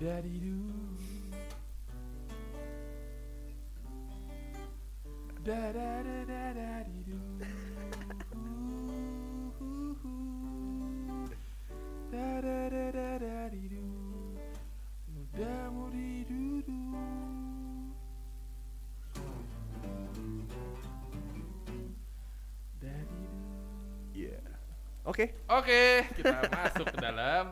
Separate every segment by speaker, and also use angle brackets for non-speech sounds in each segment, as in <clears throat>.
Speaker 1: Da-di-do. Da-da-da-da-da-di-do. Ooh-hoo-hoo. Da-da-da-da-da-di-do. Da-mo-di-do-do. Daddy-do.
Speaker 2: Iya. Oke.
Speaker 1: Oke, kita masuk ke dalam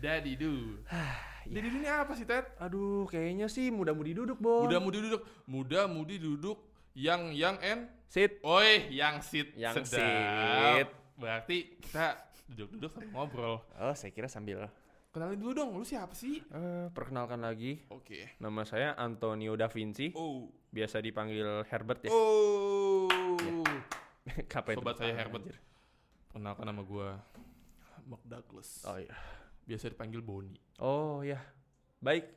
Speaker 1: Daddy Do. <sighs> Daddy Do ini apa sih, Ted?
Speaker 2: Aduh, kayaknya sih mudah-mudi duduk, Bos.
Speaker 1: Muda mudi duduk, muda mudi duduk, yang yang and
Speaker 2: Sit.
Speaker 1: oi yang sit
Speaker 2: Yang
Speaker 1: sedap.
Speaker 2: sit.
Speaker 1: Berarti kita duduk-duduk sambil ngobrol.
Speaker 2: Oh, saya kira sambil
Speaker 1: Kenalin dulu dong, lu siapa sih?
Speaker 2: eh, perkenalkan lagi.
Speaker 1: Oke.
Speaker 2: Nama saya Antonio Da Vinci,
Speaker 1: Oh.
Speaker 2: biasa dipanggil Herbert ya.
Speaker 1: Oh.
Speaker 2: <laughs> Kapan itu?
Speaker 1: Sobat saya
Speaker 2: Ah,
Speaker 1: Herbert.
Speaker 2: anjir.
Speaker 1: Perkenalkan nama gua Mark Douglas.
Speaker 2: Oh iya.
Speaker 1: Biasa dipanggil Boni.
Speaker 2: Oh ya. Baik.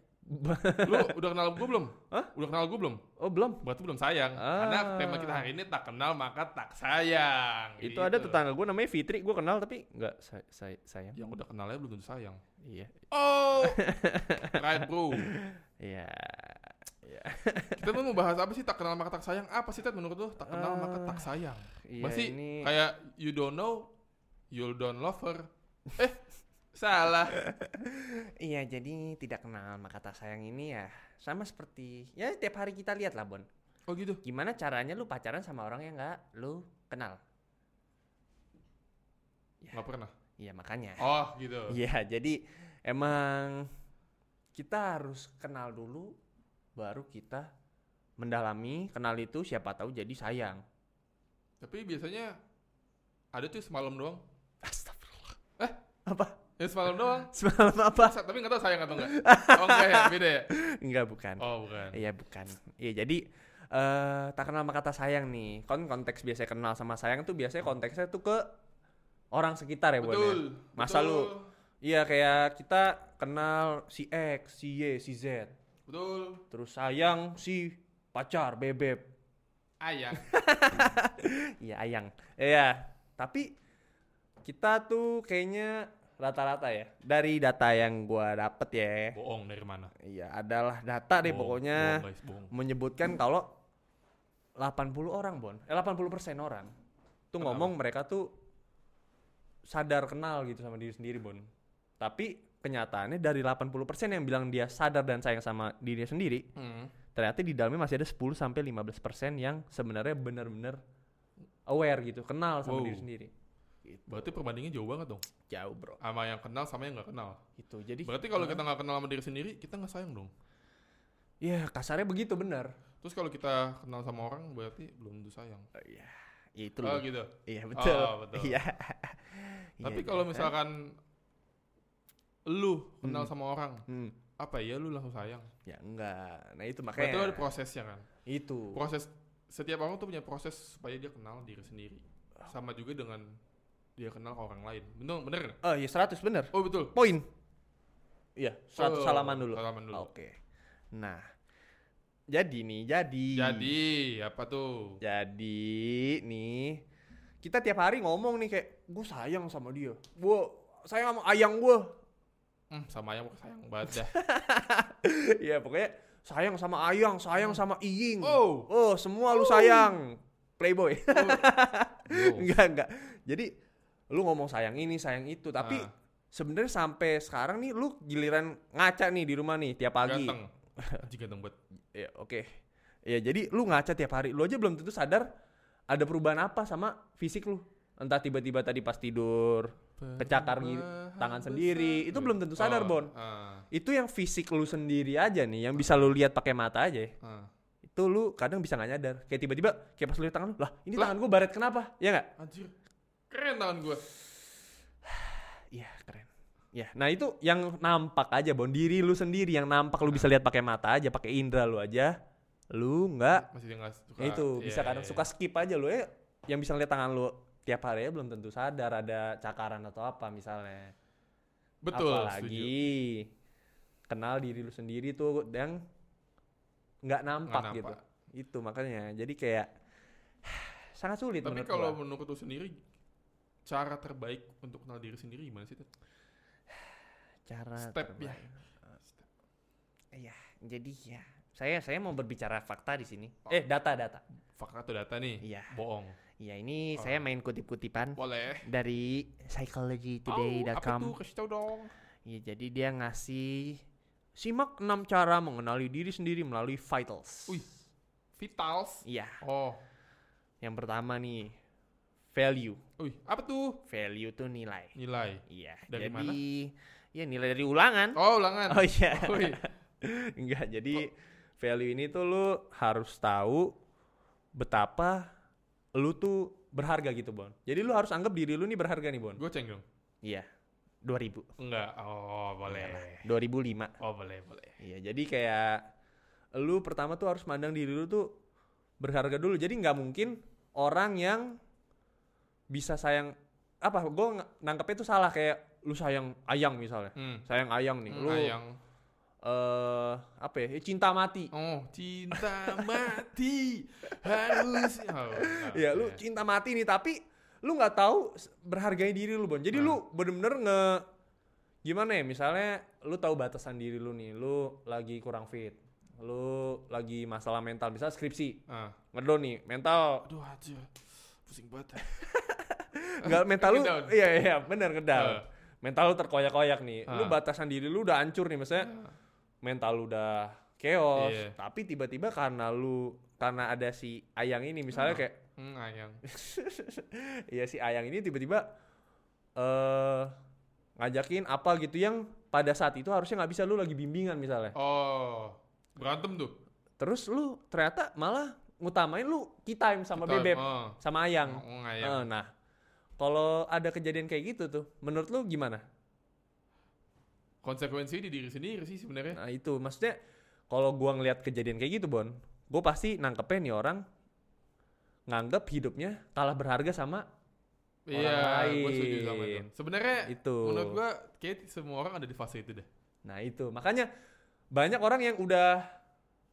Speaker 2: <laughs>
Speaker 1: Lu udah kenal gua belum?
Speaker 2: Hah?
Speaker 1: Udah kenal gua belum?
Speaker 2: Oh, belum.
Speaker 1: Berarti belum sayang.
Speaker 2: Ah.
Speaker 1: Karena tema kita hari ini tak kenal maka tak sayang. Gitu.
Speaker 2: Itu ada tetangga gue namanya Fitri, gue kenal tapi nggak say say- sayang.
Speaker 1: yang udah kenalnya belum tentu
Speaker 2: <laughs>
Speaker 1: sayang.
Speaker 2: Iya.
Speaker 1: Oh, right bro.
Speaker 2: Iya.
Speaker 1: Kita tuh mau bahas apa sih tak kenal maka tak sayang? Apa sih Ted menurut lu tak kenal maka tak sayang?
Speaker 2: Iya,
Speaker 1: Masih
Speaker 2: ini
Speaker 1: kayak you don't know, you don't love her. <laughs> Eh, salah.
Speaker 2: Iya, jadi tidak kenal maka tak sayang ini ya sama seperti ya tiap hari kita lihat lah, Bon.
Speaker 1: Oh gitu.
Speaker 2: Gimana caranya lu pacaran sama orang yang nggak lu kenal?
Speaker 1: Nggak pernah.
Speaker 2: Iya, makanya.
Speaker 1: Oh gitu.
Speaker 2: Iya, jadi emang kita harus kenal dulu baru kita mendalami kenal itu siapa tahu jadi sayang.
Speaker 1: Tapi biasanya ada tuh semalam doang.
Speaker 2: Astagfirullah.
Speaker 1: Eh?
Speaker 2: Apa?
Speaker 1: Ya semalam doang.
Speaker 2: Semalam apa?
Speaker 1: Sa- Tapi nggak tahu sayang atau enggak. Oh enggak ya, beda ya.
Speaker 2: Enggak, bukan.
Speaker 1: Oh bukan.
Speaker 2: Iya bukan. Iya jadi eh tak kenal sama kata sayang nih. Kon konteks biasanya kenal sama sayang tuh biasanya konteksnya tuh ke orang sekitar ya Bu,
Speaker 1: Betul.
Speaker 2: ya? Masa
Speaker 1: betul,
Speaker 2: lu? Iya kayak kita kenal si X, si Y, si Z.
Speaker 1: Betul.
Speaker 2: Terus sayang si pacar, bebek.
Speaker 1: Ayang.
Speaker 2: Iya ayang. Iya. Tapi kita tuh kayaknya rata-rata ya dari data yang gua dapet ya.
Speaker 1: Bohong dari mana?
Speaker 2: Iya adalah data deh
Speaker 1: Bohong,
Speaker 2: pokoknya.
Speaker 1: bohong, guys, bohong.
Speaker 2: menyebutkan kalau 80 orang Bon, eh 80% orang tuh
Speaker 1: Kenapa?
Speaker 2: ngomong mereka tuh sadar kenal gitu sama diri sendiri Bon. Tapi kenyataannya dari 80% yang bilang dia sadar dan sayang sama dirinya sendiri,
Speaker 1: Hmm.
Speaker 2: ternyata di dalamnya masih ada 10 sampai 15% yang sebenarnya benar-benar aware gitu, kenal sama
Speaker 1: Wow.
Speaker 2: diri sendiri.
Speaker 1: Berarti perbandingnya jauh banget dong.
Speaker 2: Jauh, Bro.
Speaker 1: Sama yang kenal sama yang nggak kenal.
Speaker 2: Itu. Gitu. Jadi
Speaker 1: Berarti kalau kita nggak kenal sama diri sendiri, kita nggak sayang dong.
Speaker 2: ya kasarnya begitu benar.
Speaker 1: Terus kalau kita kenal sama orang, berarti belum tentu sayang.
Speaker 2: Iya. Itu
Speaker 1: Oh
Speaker 2: loh.
Speaker 1: gitu.
Speaker 2: Iya, betul.
Speaker 1: Oh, betul.
Speaker 2: <laughs> Iya.
Speaker 1: Tapi
Speaker 2: Iya,
Speaker 1: kalau
Speaker 2: iya.
Speaker 1: misalkan lu kenal
Speaker 2: Hmm.
Speaker 1: sama orang,
Speaker 2: Hmm.
Speaker 1: apa ya lu langsung sayang?
Speaker 2: Ya enggak. Nah itu
Speaker 1: Berarti lu
Speaker 2: makanya Oh.
Speaker 1: ada prosesnya kan.
Speaker 2: itu.
Speaker 1: Proses setiap orang tuh punya proses supaya dia kenal diri sendiri. Sama juga dengan dia kenal ke orang lain. Bener, bener. nggak?
Speaker 2: Oh iya 100 bener.
Speaker 1: Oh betul.
Speaker 2: Poin. Iya, 100
Speaker 1: Oh,
Speaker 2: salaman dulu.
Speaker 1: Salaman dulu.
Speaker 2: Oke. Nah. Jadi nih, jadi.
Speaker 1: Jadi apa tuh?
Speaker 2: Jadi nih kita tiap hari ngomong nih kayak gue sayang sama dia. Gue sayang sama ayang gue.
Speaker 1: Hmm, sama yang sayang banget dah.
Speaker 2: <laughs> Iya pokoknya sayang sama ayang, sayang sama iying.
Speaker 1: Oh.
Speaker 2: Oh, semua lu sayang. Playboy. <laughs>
Speaker 1: Lu.
Speaker 2: enggak, enggak. Jadi lu ngomong sayang ini, sayang itu, tapi
Speaker 1: Ah.
Speaker 2: sebenarnya sampai sekarang nih lu giliran ngaca nih di rumah nih tiap pagi.
Speaker 1: Ganteng. Anjing ganteng banget.
Speaker 2: Ya, oke. Ya, jadi lu ngaca tiap hari. Lu aja belum tentu sadar ada perubahan apa sama fisik lu. Entah tiba-tiba tadi pas tidur, kecakar gini, tangan sendiri. Itu belum tentu sadar, Bon.
Speaker 1: ah,
Speaker 2: Itu yang fisik lu sendiri aja nih, yang bisa lu lihat pakai mata aja. ya.
Speaker 1: ah.
Speaker 2: Itu lu kadang bisa nggak nyadar. Kayak tiba-tiba kayak pas lu lihat tangan lu, lah ini
Speaker 1: Lah.
Speaker 2: tangan gua baret kenapa? Ya nggak?
Speaker 1: Anjir. Keren tangan gue.
Speaker 2: Iya, keren. Ya, nah itu yang nampak aja, Bon. Diri lu sendiri yang nampak lu bisa lihat pakai mata aja, pakai indera lu aja. Lu nggak
Speaker 1: Masih dia nggak suka.
Speaker 2: Ya itu
Speaker 1: Iya,
Speaker 2: bisa kadang
Speaker 1: iya,
Speaker 2: suka
Speaker 1: iya.
Speaker 2: skip aja lo ya yang bisa ngeliat tangan lo tiap hari ya belum tentu sadar ada cakaran atau apa misalnya
Speaker 1: Betul. setuju.
Speaker 2: apalagi kenal diri lu sendiri tuh yang nggak nampak,
Speaker 1: Nggak
Speaker 2: gitu
Speaker 1: nampak.
Speaker 2: itu makanya jadi kayak sangat sulit
Speaker 1: Tapi
Speaker 2: menurut
Speaker 1: kalau
Speaker 2: gua.
Speaker 1: menurut lu sendiri, cara terbaik untuk kenal diri sendiri gimana sih? Tet?
Speaker 2: cara
Speaker 1: Step ya.
Speaker 2: terbaik.
Speaker 1: Step.
Speaker 2: Iya, jadi ya. Saya saya mau berbicara fakta di sini.
Speaker 1: Oh.
Speaker 2: Eh, data data.
Speaker 1: Fakta atau data nih?
Speaker 2: Iya.
Speaker 1: Bohong.
Speaker 2: Iya,
Speaker 1: Oh.
Speaker 2: ini saya main kutip-kutipan
Speaker 1: Boleh. Oh, apa
Speaker 2: dari
Speaker 1: tuh?
Speaker 2: psychologytoday.com.
Speaker 1: Kasih tau dong.
Speaker 2: Iya, jadi dia ngasih simak 6 cara mengenali diri sendiri melalui vitals.
Speaker 1: Wih. Vitals.
Speaker 2: Iya,
Speaker 1: Oh.
Speaker 2: yang pertama nih value.
Speaker 1: Wih, apa tuh?
Speaker 2: Value tuh nilai.
Speaker 1: Nilai.
Speaker 2: Iya,
Speaker 1: Dari
Speaker 2: jadi
Speaker 1: mana?
Speaker 2: ya nilai dari ulangan.
Speaker 1: Oh, ulangan.
Speaker 2: Oh iya.
Speaker 1: Wih.
Speaker 2: Enggak, jadi value ini tuh lu harus tahu betapa lu tuh berharga gitu, Bon. Jadi lu harus anggap diri lu nih berharga nih, Bon.
Speaker 1: Goceng dong?
Speaker 2: Iya. 2000.
Speaker 1: Enggak. Oh, boleh.
Speaker 2: Iyalah, 2005.
Speaker 1: Oh, boleh, boleh.
Speaker 2: Iya, jadi kayak lu pertama tuh harus mandang diri lu tuh berharga dulu. Jadi nggak mungkin orang yang bisa sayang apa gue nangkepnya tuh salah kayak lu sayang ayang misalnya
Speaker 1: Hmm.
Speaker 2: sayang ayang nih lu
Speaker 1: Lu yang
Speaker 2: eh apa ya cinta mati
Speaker 1: oh
Speaker 2: <laughs>
Speaker 1: cinta mati harus oh, enggak,
Speaker 2: ya lu
Speaker 1: iya.
Speaker 2: cinta mati nih tapi lu nggak tahu s- berharganya diri lu bon jadi
Speaker 1: Nah.
Speaker 2: lu bener-bener nge gimana ya misalnya lu tahu batasan diri lu nih lu lagi kurang fit lu lagi masalah mental misalnya skripsi
Speaker 1: ah.
Speaker 2: ngedown nih mental
Speaker 1: aduh aja pusing banget ya.
Speaker 2: <laughs> nggak mental lu
Speaker 1: Ngedown.
Speaker 2: iya iya bener ngedown
Speaker 1: Eh.
Speaker 2: mental lu terkoyak-koyak nih
Speaker 1: Ah.
Speaker 2: lu batasan diri lu udah hancur nih misalnya mental lu udah
Speaker 1: Nah.
Speaker 2: chaos
Speaker 1: Iya.
Speaker 2: tapi tiba-tiba karena lu karena ada si ayang ini misalnya
Speaker 1: Ah.
Speaker 2: kayak
Speaker 1: hmm, ayang
Speaker 2: Iya si Ayang ini tiba-tiba eh ngajakin apa gitu yang pada saat itu harusnya nggak bisa lu lagi bimbingan misalnya.
Speaker 1: oh berantem tuh
Speaker 2: Terus lu ternyata malah ngutamain lu key time sama
Speaker 1: Kita-
Speaker 2: bebek
Speaker 1: oh.
Speaker 2: sama Ayang.
Speaker 1: Oh, ayang
Speaker 2: Eh, nah, kalau ada kejadian kayak gitu tuh, menurut lu gimana?
Speaker 1: konsekuensi di diri sendiri sih sebenarnya
Speaker 2: Nah, itu maksudnya kalau gua ngelihat kejadian kayak gitu, Bon, gua pasti nangkepnya nih orang nganggep hidupnya kalah berharga sama orang
Speaker 1: iya gue setuju sama itu
Speaker 2: lain. Gitu.
Speaker 1: sebenarnya
Speaker 2: itu.
Speaker 1: Eh, menurut gue kayak semua orang ada di fase itu deh
Speaker 2: Nah itu makanya banyak orang yang udah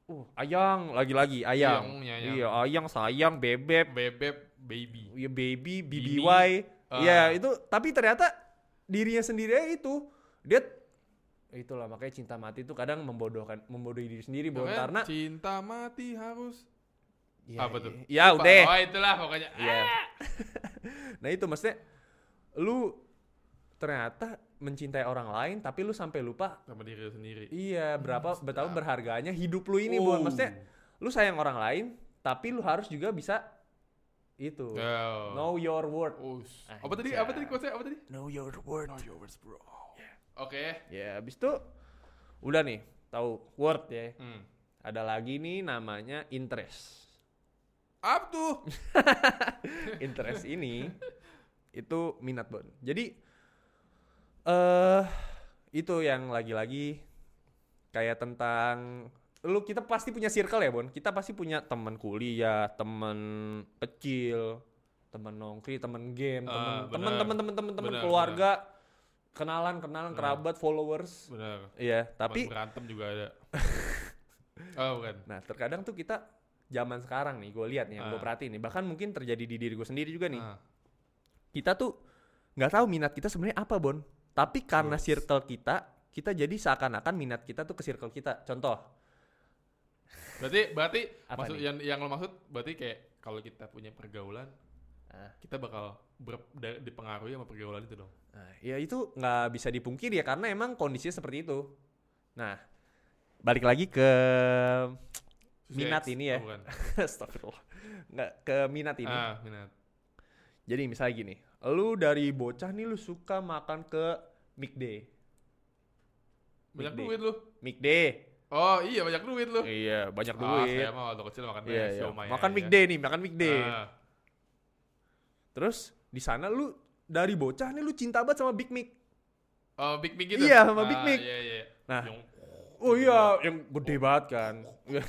Speaker 2: uh ayang lagi-lagi ayang.
Speaker 1: Ayang, iya, ayang.
Speaker 2: Iya, ayang sayang bebek,
Speaker 1: bebek baby
Speaker 2: ya baby,
Speaker 1: Bini.
Speaker 2: BBY.
Speaker 1: Ah.
Speaker 2: Iya, itu tapi ternyata dirinya sendiri aja itu dia itulah makanya cinta mati itu kadang membodohkan membodohi diri sendiri Bon
Speaker 1: Makanya
Speaker 2: karena
Speaker 1: kan? cinta mati harus
Speaker 2: ya,
Speaker 1: apa tuh
Speaker 2: Ya
Speaker 1: Lupa.
Speaker 2: udah.
Speaker 1: oh itulah pokoknya
Speaker 2: Iya. <laughs> nah itu maksudnya lu ternyata mencintai orang lain tapi lu sampai lupa
Speaker 1: sama diri sendiri
Speaker 2: Iya, berapa betapa berharganya hidup lu ini,
Speaker 1: Oh.
Speaker 2: Bon. Maksudnya lu sayang orang lain, tapi lu harus juga bisa itu.
Speaker 1: Oh.
Speaker 2: Know your worth.
Speaker 1: Us.
Speaker 2: Eh,
Speaker 1: Apa tadi?
Speaker 2: iya.
Speaker 1: Apa tadi quotesnya? Apa tadi?
Speaker 2: Know your worth.
Speaker 1: Know your words, bro. Oke.
Speaker 2: Ya, habis itu udah nih, tahu worth ya.
Speaker 1: Hmm.
Speaker 2: Ada lagi nih namanya interest.
Speaker 1: Apa <laughs> tuh?
Speaker 2: Interest ini itu minat, Bon. Jadi eh itu yang lagi-lagi kayak tentang lu kita pasti punya circle ya Bon kita pasti punya temen kuliah temen kecil temen nongkri temen game temen
Speaker 1: Ah,
Speaker 2: temen
Speaker 1: benar.
Speaker 2: temen temen temen temen
Speaker 1: Benar,
Speaker 2: keluarga kenalan kenalan kerabat followers
Speaker 1: Benar.
Speaker 2: iya tapi
Speaker 1: Buat berantem juga <laughs> ada. oh, bukan.
Speaker 2: nah terkadang tuh kita zaman sekarang nih gue lihat nih yang gue
Speaker 1: Ah.
Speaker 2: perhatiin nih bahkan mungkin terjadi di diri gue sendiri juga nih
Speaker 1: Ah.
Speaker 2: kita tuh nggak tahu minat kita sebenarnya apa Bon tapi karena circle kita kita jadi seakan-akan minat kita tuh ke circle kita contoh
Speaker 1: Berarti berarti
Speaker 2: Apa
Speaker 1: maksud
Speaker 2: nih?
Speaker 1: yang yang lo maksud berarti kayak kalau kita punya pergaulan
Speaker 2: Ah.
Speaker 1: kita bakal ber- da- dipengaruhi sama pergaulan itu dong.
Speaker 2: Nah, ya itu nggak bisa dipungkiri ya karena emang kondisinya seperti itu. Nah, balik lagi ke <laughs>
Speaker 1: Sisi
Speaker 2: Minat
Speaker 1: X.
Speaker 2: ini ya.
Speaker 1: Oh, bukan.
Speaker 2: Astagfirullah. Nggak ke minat ini.
Speaker 1: Ah, minat.
Speaker 2: Jadi misalnya gini, lu dari bocah nih lu suka makan ke McD.
Speaker 1: Banyak
Speaker 2: Big
Speaker 1: duit lu.
Speaker 2: McD.
Speaker 1: Oh, iya banyak duit lu.
Speaker 2: Iya, banyak
Speaker 1: Ah,
Speaker 2: duit.
Speaker 1: saya mah waktu kecil makan
Speaker 2: Iya,
Speaker 1: nasi
Speaker 2: iya.
Speaker 1: siomay
Speaker 2: Makan
Speaker 1: aja.
Speaker 2: McD nih, makan McD.
Speaker 1: ya. Ah,
Speaker 2: Terus di sana lu dari bocah nih lu cinta banget sama Big Mac.
Speaker 1: Oh, Big Mac gitu.
Speaker 2: Iya, sama Big
Speaker 1: Ah,
Speaker 2: Mac.
Speaker 1: Iya, iya.
Speaker 2: Nah.
Speaker 1: Yang-
Speaker 2: Oh iya, yang gede banget kan.
Speaker 1: Eh.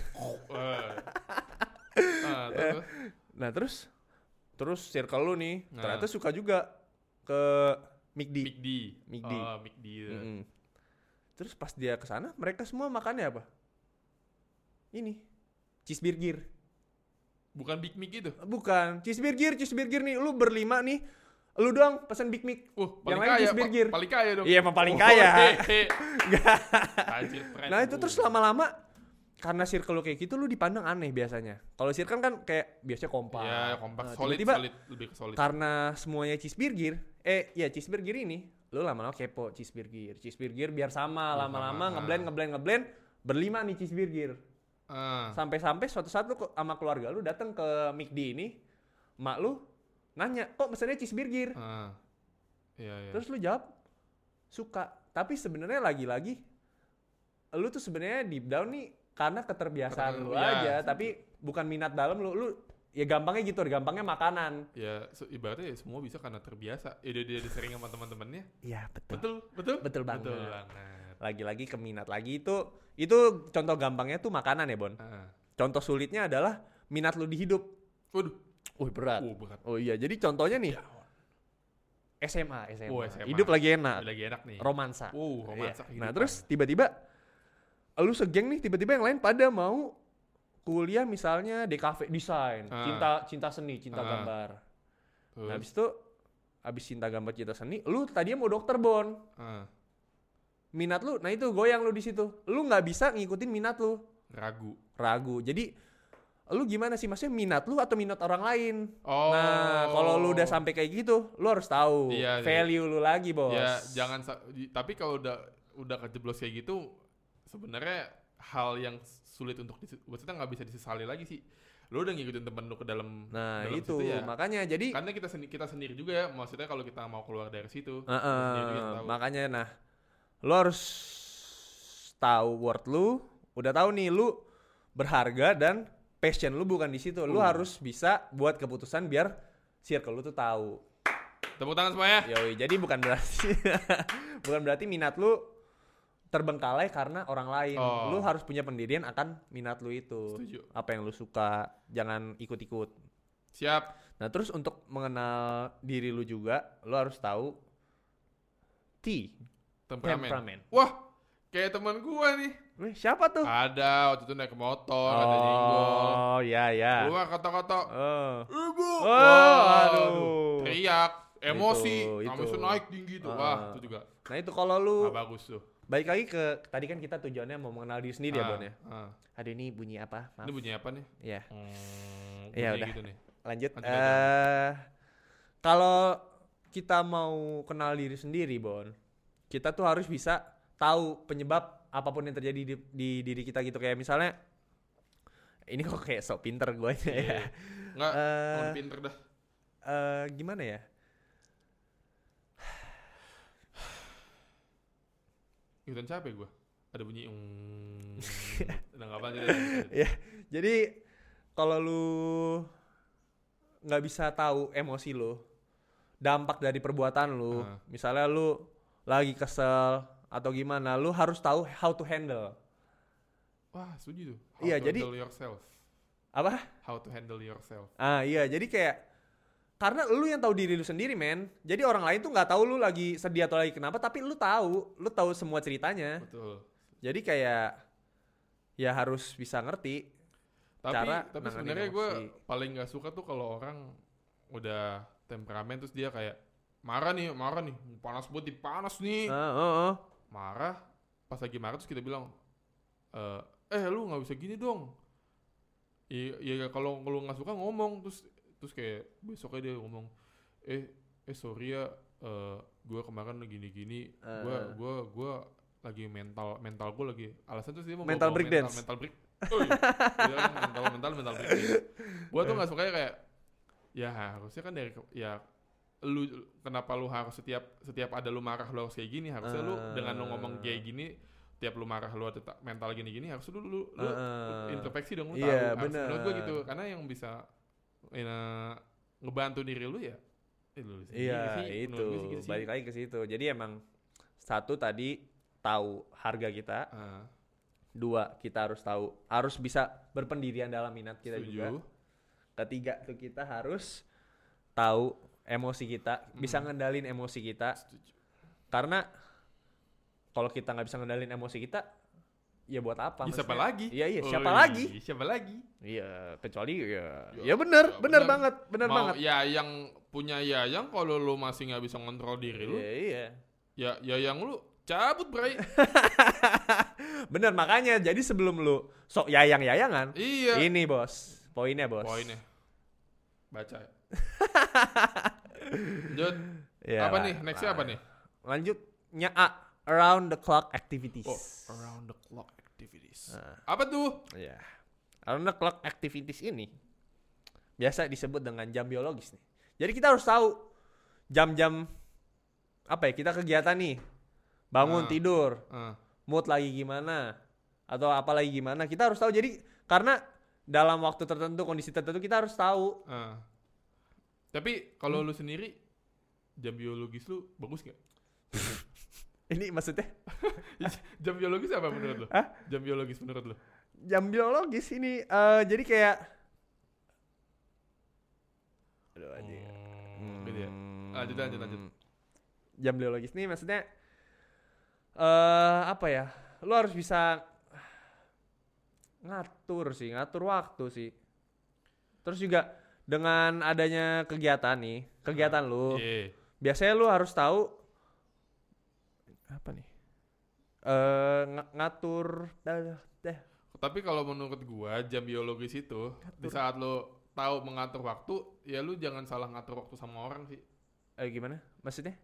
Speaker 1: Ah, terus?
Speaker 2: Nah, terus terus circle lu nih
Speaker 1: Nah.
Speaker 2: ternyata suka juga ke McD.
Speaker 1: Big D.
Speaker 2: Big D. iya.
Speaker 1: Oh, Big D. itu.
Speaker 2: Mm-mm. Terus pas dia ke sana, mereka semua makannya apa? Ini. Cheeseburger.
Speaker 1: Bukan Big gitu. Mac itu.
Speaker 2: Bukan, cheeseburger, cheeseburger nih. Lu berlima nih Lu doang pesen Big Mac.
Speaker 1: Uh, paling
Speaker 2: Yang lain
Speaker 1: kaya,
Speaker 2: just beer gear.
Speaker 1: pa- paling kaya dong.
Speaker 2: Iya, emang paling
Speaker 1: <laughs>
Speaker 2: kaya.
Speaker 1: hehe.
Speaker 2: <laughs> Nggak.
Speaker 1: Anjir, Iya, friend
Speaker 2: nah, itu
Speaker 1: gue.
Speaker 2: terus lama-lama karena circle lu kayak gitu lu dipandang aneh biasanya. Kalau circle kan kayak biasanya kompak.
Speaker 1: Iya, kompak gitu.
Speaker 2: Nah,
Speaker 1: solid,
Speaker 2: tiba-tiba
Speaker 1: solid, lebih ke solid.
Speaker 2: karena semuanya cheeseburger eh ya cheeseburger ini lu lama-lama kepo cheeseburger cheeseburger biar
Speaker 1: Biar sama,
Speaker 2: sama lama-lama
Speaker 1: ah.
Speaker 2: ngeblend ngeblend ngeblend berlima nih cheeseburger
Speaker 1: Ah,
Speaker 2: sampai-sampai suatu saat lu ke- sama keluarga lu datang ke McD ini mak lu nanya kok mesennya cheeseburger
Speaker 1: ah. Iya, iya.
Speaker 2: terus lu jawab suka tapi sebenarnya lagi-lagi lu tuh sebenarnya deep down nih karena keterbiasaan
Speaker 1: Karena-
Speaker 2: lu
Speaker 1: ya,
Speaker 2: aja
Speaker 1: setuju.
Speaker 2: tapi bukan minat dalam lu lu ya gampangnya gitu gampangnya makanan
Speaker 1: Ya, se- ibaratnya ya semua bisa karena terbiasa. Ya, dia, dia disering sama teman-temannya.
Speaker 2: iya betul
Speaker 1: Betul, betul.
Speaker 2: Betul
Speaker 1: Betul
Speaker 2: banget.
Speaker 1: banget.
Speaker 2: lagi-lagi ke minat lagi itu itu contoh gampangnya tuh makanan ya Bon
Speaker 1: Ah.
Speaker 2: contoh sulitnya adalah minat lu di hidup
Speaker 1: Waduh,
Speaker 2: wih berat
Speaker 1: uh, berat.
Speaker 2: oh iya jadi contohnya nih SMA SMA,
Speaker 1: Oh, SMA.
Speaker 2: hidup lagi enak
Speaker 1: Lagi enak nih.
Speaker 2: romansa
Speaker 1: Wow,
Speaker 2: Iya.
Speaker 1: romansa
Speaker 2: nah
Speaker 1: kehidupan.
Speaker 2: terus tiba-tiba lu segeng nih tiba-tiba yang lain pada mau kuliah misalnya di kafe desain
Speaker 1: Ah.
Speaker 2: cinta cinta seni cinta
Speaker 1: Ah.
Speaker 2: gambar
Speaker 1: Terus,
Speaker 2: nah habis itu habis cinta gambar cinta seni lu tadinya mau dokter Bon
Speaker 1: ah,
Speaker 2: minat lu nah itu goyang lu di situ lu nggak bisa ngikutin minat lu
Speaker 1: ragu.
Speaker 2: ragu. Jadi lu gimana sih maksudnya minat lu atau minat orang lain?
Speaker 1: Oh.
Speaker 2: Nah, kalau lu udah sampai kayak gitu, lu harus tahu
Speaker 1: Iya, iya.
Speaker 2: value lu lagi, Bos.
Speaker 1: Ya, jangan sa- di- tapi kalau udah udah kejeblos kayak gitu sebenarnya hal yang sulit untuk disi- maksudnya nggak bisa disesali lagi sih. Lu udah ngikutin temen lu ke dalam
Speaker 2: Nah,
Speaker 1: dalam
Speaker 2: itu
Speaker 1: situ ya.
Speaker 2: makanya jadi
Speaker 1: Karena kita sendiri kita sendiri juga ya, maksudnya kalau kita mau keluar dari situ.
Speaker 2: Heeh,
Speaker 1: kita sendiri juga yang tahu.
Speaker 2: makanya nah lu harus tahu worth lu, udah tahu nih lu berharga dan passion lu bukan di situ. Lu
Speaker 1: Uh.
Speaker 2: harus bisa buat keputusan biar circle lu tuh tahu.
Speaker 1: Tepuk tangan semuanya.
Speaker 2: Yoi, jadi bukan berarti <laughs> bukan berarti minat lu terbengkalai karena orang lain.
Speaker 1: Oh.
Speaker 2: Lu harus punya pendirian akan minat lu itu.
Speaker 1: Setuju.
Speaker 2: Apa yang lu suka, jangan ikut-ikut.
Speaker 1: Siap.
Speaker 2: Nah, terus untuk mengenal diri lu juga, lu harus tahu T,
Speaker 1: Temperamen.
Speaker 2: temperamen.
Speaker 1: Wah, kayak teman gua nih.
Speaker 2: Wih, siapa tuh?
Speaker 1: Ada waktu itu naik motor, ada nyenggol.
Speaker 2: oh, ya ya.
Speaker 1: Keluar kata-kata,
Speaker 2: Oh.
Speaker 1: ibu.
Speaker 2: Oh,
Speaker 1: Wah,
Speaker 2: aduh.
Speaker 1: Teriak, emosi,
Speaker 2: Gitu, Itu,
Speaker 1: kami
Speaker 2: itu.
Speaker 1: naik tinggi tuh.
Speaker 2: Ah.
Speaker 1: Wah, itu juga
Speaker 2: Nah, itu kalau lu
Speaker 1: nggak bagus tuh.
Speaker 2: balik lagi ke tadi kan kita tujuannya mau mengenal diri sendiri ya,
Speaker 1: Ah,
Speaker 2: Bon ya.
Speaker 1: ah.
Speaker 2: Aduh, ini bunyi apa?
Speaker 1: Ini
Speaker 2: Maaf.
Speaker 1: bunyi apa nih?
Speaker 2: Ya.
Speaker 1: Hmm,
Speaker 2: Iya,
Speaker 1: bunyi
Speaker 2: udah.
Speaker 1: Gitu
Speaker 2: <laughs>
Speaker 1: nih.
Speaker 2: lanjut
Speaker 1: Lanjut aja.
Speaker 2: eh kalau kita mau kenal diri sendiri Bon kita tuh harus bisa tahu penyebab apapun yang terjadi di, di diri kita gitu kayak misalnya ini kok kayak sok pinter gue aja
Speaker 1: Iya.
Speaker 2: ya
Speaker 1: Nggak,
Speaker 2: Eh.
Speaker 1: orang pinter dah.
Speaker 2: Eh, gimana ya
Speaker 1: Ikutan capek gua. Ada bunyi.
Speaker 2: <laughs>
Speaker 1: Hmm. Udah nggak apa
Speaker 2: ya jadi kalau lu nggak bisa tahu emosi lu dampak dari perbuatan lu
Speaker 1: Ah.
Speaker 2: misalnya lu lagi kesel atau gimana lu harus tahu how to handle
Speaker 1: Wah, setuju tuh.
Speaker 2: Iya,
Speaker 1: to
Speaker 2: jadi-
Speaker 1: handle yourself.
Speaker 2: apa
Speaker 1: How to handle yourself.
Speaker 2: Ah iya, jadi kayak karena lu yang tahu diri lu sendiri, men. Jadi orang lain tuh nggak tahu lu lagi sedih atau lagi kenapa, tapi lu tahu, lu tahu semua ceritanya.
Speaker 1: Betul.
Speaker 2: Jadi kayak ya harus bisa ngerti.
Speaker 1: tapi
Speaker 2: cara
Speaker 1: tapi
Speaker 2: nanganin
Speaker 1: sebenarnya gue
Speaker 2: emosi.
Speaker 1: paling nggak suka tuh kalau orang udah temperamen terus dia kayak marah nih marah nih panas banget nih, panas nih
Speaker 2: Ah, oh, oh.
Speaker 1: marah pas lagi marah terus kita bilang "Eh, eh lu nggak bisa gini dong iya iya kalau lu nggak suka ngomong terus terus kayak besoknya dia ngomong eh eh sorry ya eh gue kemarin gini gini gue
Speaker 2: Eh.
Speaker 1: gue gue lagi mental mental gue lagi alasan terus dia mau
Speaker 2: Mental
Speaker 1: bawa-bawa
Speaker 2: breakdance.
Speaker 1: mental, mental break Oi, dia kan mental mental mental break gue
Speaker 2: Eh.
Speaker 1: tuh nggak sukanya kayak ya harusnya kan dari ke- ya lu kenapa lu harus setiap setiap ada lu marah lu harus kayak gini harusnya lu
Speaker 2: Eh.
Speaker 1: dengan lu ngomong kayak gini tiap lu marah lu ada ta- mental gini gini harus lu lu, lu
Speaker 2: Ah.
Speaker 1: introspeksi dong lu
Speaker 2: Iya,
Speaker 1: tahu harus
Speaker 2: bener.
Speaker 1: menurut gue gitu karena yang bisa ya, ngebantu diri lu ya eh, lu sendiri
Speaker 2: Iya,
Speaker 1: sih, menurut gue
Speaker 2: itu.
Speaker 1: sih gitu sih.
Speaker 2: Balik lagi ke situ. Jadi emang satu tadi tahu harga kita,
Speaker 1: Ah,
Speaker 2: dua kita harus tahu, harus bisa berpendirian dalam minat kita juga.
Speaker 1: setuju
Speaker 2: Ketiga tuh kita harus tahu emosi kita, bisa
Speaker 1: Hmm.
Speaker 2: ngendalin emosi kita.
Speaker 1: setuju Ya,
Speaker 2: karena kalau kita nggak bisa ngendalin emosi kita ya buat
Speaker 1: Ya,
Speaker 2: apa?
Speaker 1: siapa
Speaker 2: maksudnya?
Speaker 1: lagi?
Speaker 2: Iya iya, siapa
Speaker 1: Ui,
Speaker 2: lagi?
Speaker 1: Siapa lagi?
Speaker 2: Iya, kecuali ya.
Speaker 1: Ya,
Speaker 2: Ya benar,
Speaker 1: ya
Speaker 2: benar
Speaker 1: benar.
Speaker 2: banget, benar
Speaker 1: Mau
Speaker 2: banget.
Speaker 1: Ya yang punya yayang kalau lu masih nggak bisa ngontrol diri lu,
Speaker 2: Iya iya.
Speaker 1: ya yayang lu cabut bray.
Speaker 2: Benar makanya jadi sebelum lu sok yayang-yayangan,
Speaker 1: iya.
Speaker 2: ini bos, poinnya bos.
Speaker 1: Poinnya. Baca. ya.
Speaker 2: <laughs>
Speaker 1: Lanjut.
Speaker 2: Ya,
Speaker 1: apa
Speaker 2: lah,
Speaker 1: nih? Nextnya
Speaker 2: lah.
Speaker 1: apa nih?
Speaker 2: Lanjutnya A, around the clock activities.
Speaker 1: Oh, around the clock activities.
Speaker 2: Nah,
Speaker 1: Apa tuh?
Speaker 2: iya. Around the clock activities ini biasa disebut dengan jam biologis nih. Jadi kita harus tahu jam-jam apa ya kita kegiatan nih. Bangun
Speaker 1: Nah.
Speaker 2: tidur,
Speaker 1: Ah,
Speaker 2: mood lagi gimana atau apa lagi gimana kita harus tahu jadi karena dalam waktu tertentu kondisi tertentu kita harus tahu
Speaker 1: ah. Tapi kalau
Speaker 2: Hmm?
Speaker 1: lu sendiri jam biologis lu bagus nggak?
Speaker 2: ini maksudnya
Speaker 1: Jam biologis apa menurut lu?
Speaker 2: Hah?
Speaker 1: Jam biologis menurut lu?
Speaker 2: jam biologis ini eh, jadi kayak aduh anjing.
Speaker 1: Hmm, gitu ya. Lanjut, lanjut, lanjut.
Speaker 2: Hmm. jam biologis nih maksudnya eh apa ya lu harus bisa ngatur sih ngatur waktu sih terus juga dengan adanya kegiatan nih kegiatan lu
Speaker 1: Iya.
Speaker 2: biasanya lu harus tahu apa nih eh ng- ngatur dah- dah.
Speaker 1: Tapi kalau menurut gua jam biologis itu di saat lo tahu mengatur waktu, ya lu jangan salah ngatur waktu sama orang sih.
Speaker 2: eh, gimana maksudnya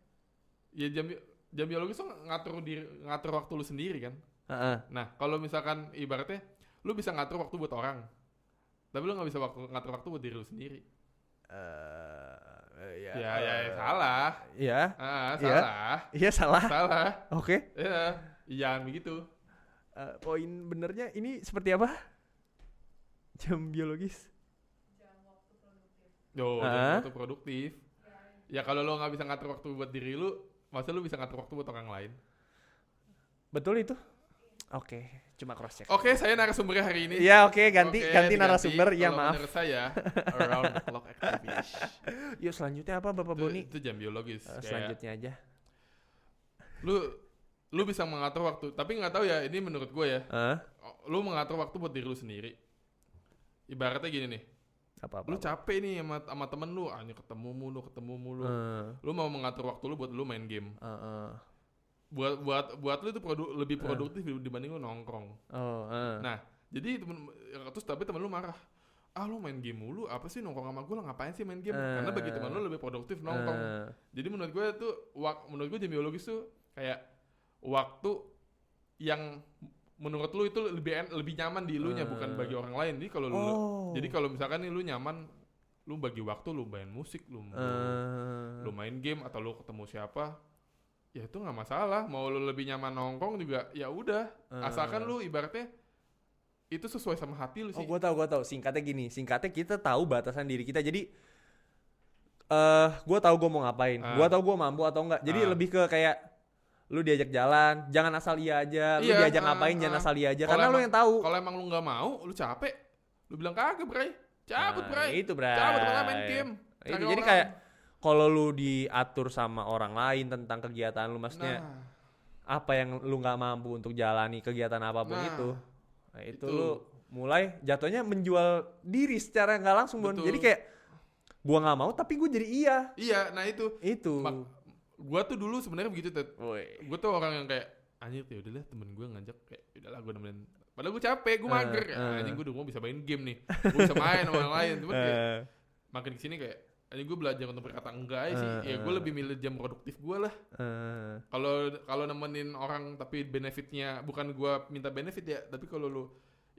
Speaker 1: Ya jam bi- jam biologis tuh ngatur diri, ngatur waktu lu sendiri kan.
Speaker 2: Heeh.
Speaker 1: Nah, kalau misalkan ibaratnya lu bisa ngatur waktu buat orang. Tapi lu nggak bisa waktu, ngatur waktu buat diri lu sendiri.
Speaker 2: ya,
Speaker 1: Ya, ya, ya, salah.
Speaker 2: ya
Speaker 1: Ah,
Speaker 2: Iya.
Speaker 1: salah.
Speaker 2: iya salah <laughs>
Speaker 1: Salah.
Speaker 2: oke
Speaker 1: Ya, jangan begitu.
Speaker 2: Eh, poin benernya ini seperti apa jam biologis
Speaker 1: Yo,
Speaker 2: Ah.
Speaker 1: jangan waktu produktif. Ya kalau lu nggak bisa ngatur waktu buat diri lu, masa lu bisa ngatur waktu buat orang lain?
Speaker 2: betul itu oke cuma cross check
Speaker 1: Oke, saya narasumbernya hari ini.
Speaker 2: Iya oke ganti
Speaker 1: Oke,
Speaker 2: ganti
Speaker 1: diganti.
Speaker 2: narasumber ya
Speaker 1: Kalau
Speaker 2: maaf.
Speaker 1: Menurut
Speaker 2: <laughs>
Speaker 1: saya around the clock activities.
Speaker 2: Yuk selanjutnya apa Bapak
Speaker 1: itu,
Speaker 2: Boni?
Speaker 1: itu jam biologis.
Speaker 2: Eh,
Speaker 1: Kayak
Speaker 2: selanjutnya aja.
Speaker 1: lu lu bisa mengatur waktu, tapi nggak tahu ya ini menurut gue ya.
Speaker 2: Heeh.
Speaker 1: Lu mengatur waktu buat diri lu sendiri. Ibaratnya gini nih,
Speaker 2: apa apa?
Speaker 1: lu capek nih sama, sama temen lu, hanya ketemu mulu, ketemu mulu.
Speaker 2: Hmm. Eh,
Speaker 1: Lu mau mengatur waktu lu buat lu main game.
Speaker 2: Heeh.
Speaker 1: Buat buat buat lu itu produ- lebih produktif dibanding lu nongkrong.
Speaker 2: Oh, eh.
Speaker 1: Nah, jadi temen, terus tapi temen lu marah. Ah lu main game mulu, apa sih nongkrong sama gue lah ngapain sih main game? Karena bagi temen lu lebih produktif nongkrong.
Speaker 2: Eh,
Speaker 1: Jadi menurut gue tuh, wak, menurut gue jam biologis tuh kayak waktu yang menurut lu itu lebih en- lebih nyaman di lu nya bukan bagi orang lain. Jadi kalau lu,
Speaker 2: Eh. Oh.
Speaker 1: jadi kalau misalkan nih lu nyaman, lu bagi waktu lu main musik, lu
Speaker 2: eh,
Speaker 1: lu main game atau lu ketemu siapa, ya itu nggak masalah. Mau lu lebih nyaman nongkrong juga, ya udah.
Speaker 2: eh.
Speaker 1: Asalkan lu ibaratnya itu sesuai sama hati lu
Speaker 2: Oh,
Speaker 1: sih.
Speaker 2: gua tahu, gua tahu. Singkatnya gini, singkatnya kita tahu batasan diri kita. Jadi eh gua tahu gua mau ngapain.
Speaker 1: Ah.
Speaker 2: Gua tahu gua mampu atau enggak. Jadi
Speaker 1: Ah.
Speaker 2: lebih ke kayak lu diajak jalan, jangan asal iya aja. Lu
Speaker 1: Iya,
Speaker 2: diajak
Speaker 1: ah,
Speaker 2: ngapain, jangan
Speaker 1: ah.
Speaker 2: asal iya aja.
Speaker 1: Kalau
Speaker 2: Karena lu
Speaker 1: emang-
Speaker 2: yang tahu.
Speaker 1: Kalau emang lu nggak mau, lu capek, lu bilang kagak, Bray. Cabut,
Speaker 2: Nah,
Speaker 1: Bray.
Speaker 2: Itu, Bray.
Speaker 1: Cabut malah main game.
Speaker 2: Itu,
Speaker 1: Cari
Speaker 2: iya. jadi
Speaker 1: orang.
Speaker 2: kayak kalau lu diatur sama orang lain tentang kegiatan lu maksudnya
Speaker 1: Nah,
Speaker 2: apa yang lu nggak mampu untuk jalani kegiatan apapun
Speaker 1: Nah,
Speaker 2: itu nah, itu,
Speaker 1: itu.
Speaker 2: lu mulai jatuhnya menjual diri secara nggak langsung Bon.
Speaker 1: Betul.
Speaker 2: jadi kayak gua nggak mau tapi gua jadi iya
Speaker 1: iya, nah itu.
Speaker 2: itu
Speaker 1: Mak- Gua tuh dulu sebenarnya begitu, Ted.
Speaker 2: Woi.
Speaker 1: Gua tuh orang yang kayak anjir ya udahlah temen gua ngajak kayak udahlah gua nemenin. Padahal gua capek, gua
Speaker 2: Eh,
Speaker 1: mager.
Speaker 2: eh.
Speaker 1: Anjing gua di rumah bisa main game nih. Gua bisa main sama orang lain. Cuman kayak
Speaker 2: Eh,
Speaker 1: makin kesini kayak anjing gua belajar untuk berkata enggak aja sih.
Speaker 2: Eh,
Speaker 1: Ya
Speaker 2: eh.
Speaker 1: gua lebih milih jam produktif gua lah.
Speaker 2: eh,
Speaker 1: kalau kalau nemenin orang tapi benefitnya bukan gua minta benefit ya tapi kalau lu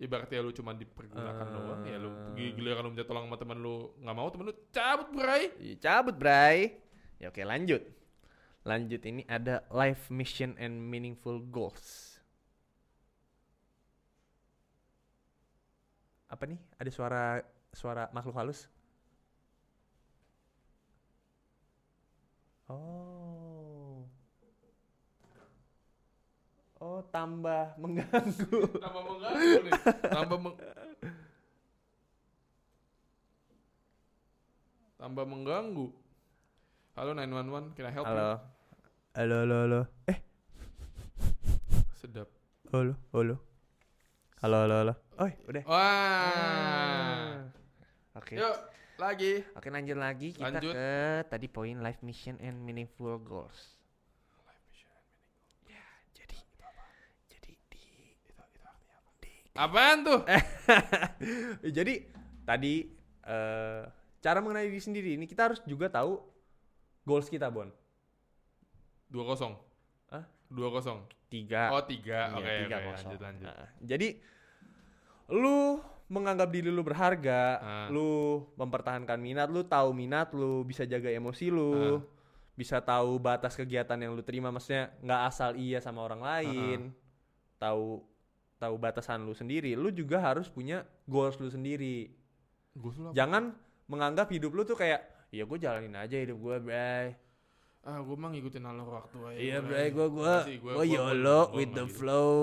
Speaker 1: ibaratnya lu cuma dipergunakan
Speaker 2: Ah.
Speaker 1: doang ya lu gi- giliran lu minta tolong sama temen lu nggak mau temen lu cabut bray
Speaker 2: iya, cabut bray ya oke lanjut lanjut ini ada life mission and meaningful goals apa nih ada suara suara makhluk halus oh oh tambah mengganggu
Speaker 1: tambah mengganggu nih tambah meng tambah mengganggu halo 911 can I help you
Speaker 2: halo halo halo halo eh
Speaker 1: sedap
Speaker 2: halo halo Halo, halo, halo. Oi, udah.
Speaker 1: Wah.
Speaker 2: Ah. Oke.
Speaker 1: Yuk, lagi.
Speaker 2: Oke, lanjut lagi kita
Speaker 1: Lanjut.
Speaker 2: ke tadi poin life mission and meaningful goals. Ya, jadi jadi di
Speaker 1: Apaan tuh?
Speaker 2: Ya, <laughs> jadi tadi eh cara mengenai diri sendiri ini kita harus juga tahu goals kita, Bon.
Speaker 1: Dua kosong.
Speaker 2: Hah?
Speaker 1: Dua kosong.
Speaker 2: Tiga.
Speaker 1: Oh tiga.
Speaker 2: Iya,
Speaker 1: Oke,
Speaker 2: tiga
Speaker 1: oke,
Speaker 2: kosong.
Speaker 1: lanjut lanjut.
Speaker 2: Nah, jadi lu menganggap diri lu berharga,
Speaker 1: Ah.
Speaker 2: lu mempertahankan minat lu, tahu minat lu, bisa jaga emosi lu,
Speaker 1: Ah.
Speaker 2: bisa tahu batas kegiatan yang lu terima, maksudnya nggak asal iya sama orang lain, tahu tahu batasan lu sendiri, lu juga harus punya goals lu sendiri.
Speaker 1: Gue sulap.
Speaker 2: Jangan menganggap hidup lu tuh kayak ya gue jalanin aja hidup gue, bray.
Speaker 1: Ah, gue mah ngikutin alur waktu aja.
Speaker 2: Iya,
Speaker 1: bray.
Speaker 2: bray, gue gue
Speaker 1: Masih, gua-
Speaker 2: gue
Speaker 1: gua- gua-
Speaker 2: yolo
Speaker 1: gua
Speaker 2: with
Speaker 1: nggak
Speaker 2: the
Speaker 1: gitu.
Speaker 2: flow.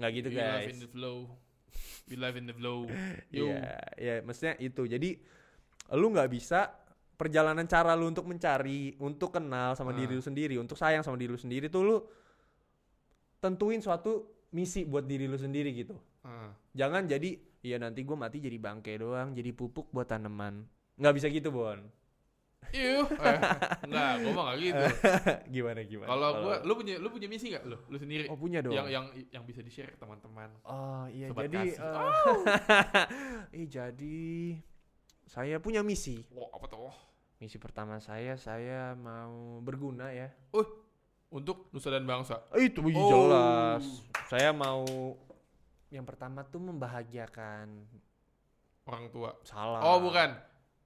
Speaker 2: Nggak gitu,
Speaker 1: We
Speaker 2: guys.
Speaker 1: live in the flow. We live in the
Speaker 2: <laughs>
Speaker 1: flow. Yo.
Speaker 2: Iya, ya maksudnya itu. Jadi lu nggak bisa perjalanan cara lu untuk mencari, untuk kenal sama diri
Speaker 1: Hmm.
Speaker 2: lu sendiri, untuk sayang sama diri lu sendiri tuh lu tentuin suatu misi buat diri lu sendiri gitu.
Speaker 1: Ah.
Speaker 2: Jangan jadi ya nanti gue mati jadi bangke doang, jadi pupuk buat tanaman. Nggak bisa gitu, Bon. <laughs>
Speaker 1: Iuh. Eh, enggak, gue mah gak
Speaker 2: Eh,
Speaker 1: gitu.
Speaker 2: gimana gimana?
Speaker 1: Kalau gue, lu punya lu punya misi gak lu? Lu sendiri?
Speaker 2: Oh, punya dong.
Speaker 1: Yang yang yang bisa di-share ke teman-teman.
Speaker 2: Oh iya
Speaker 1: Sobat
Speaker 2: jadi
Speaker 1: kasih. Oh.
Speaker 2: <laughs>
Speaker 1: Ah,
Speaker 2: eh eh, jadi saya punya misi.
Speaker 1: Wah, apa tuh?
Speaker 2: Misi pertama saya saya mau berguna ya.
Speaker 1: Untuk nusa dan bangsa.
Speaker 2: Itu iya,
Speaker 1: Oh.
Speaker 2: jelas. Saya mau yang pertama tuh membahagiakan
Speaker 1: Orang tua.
Speaker 2: salah.
Speaker 1: Oh, bukan.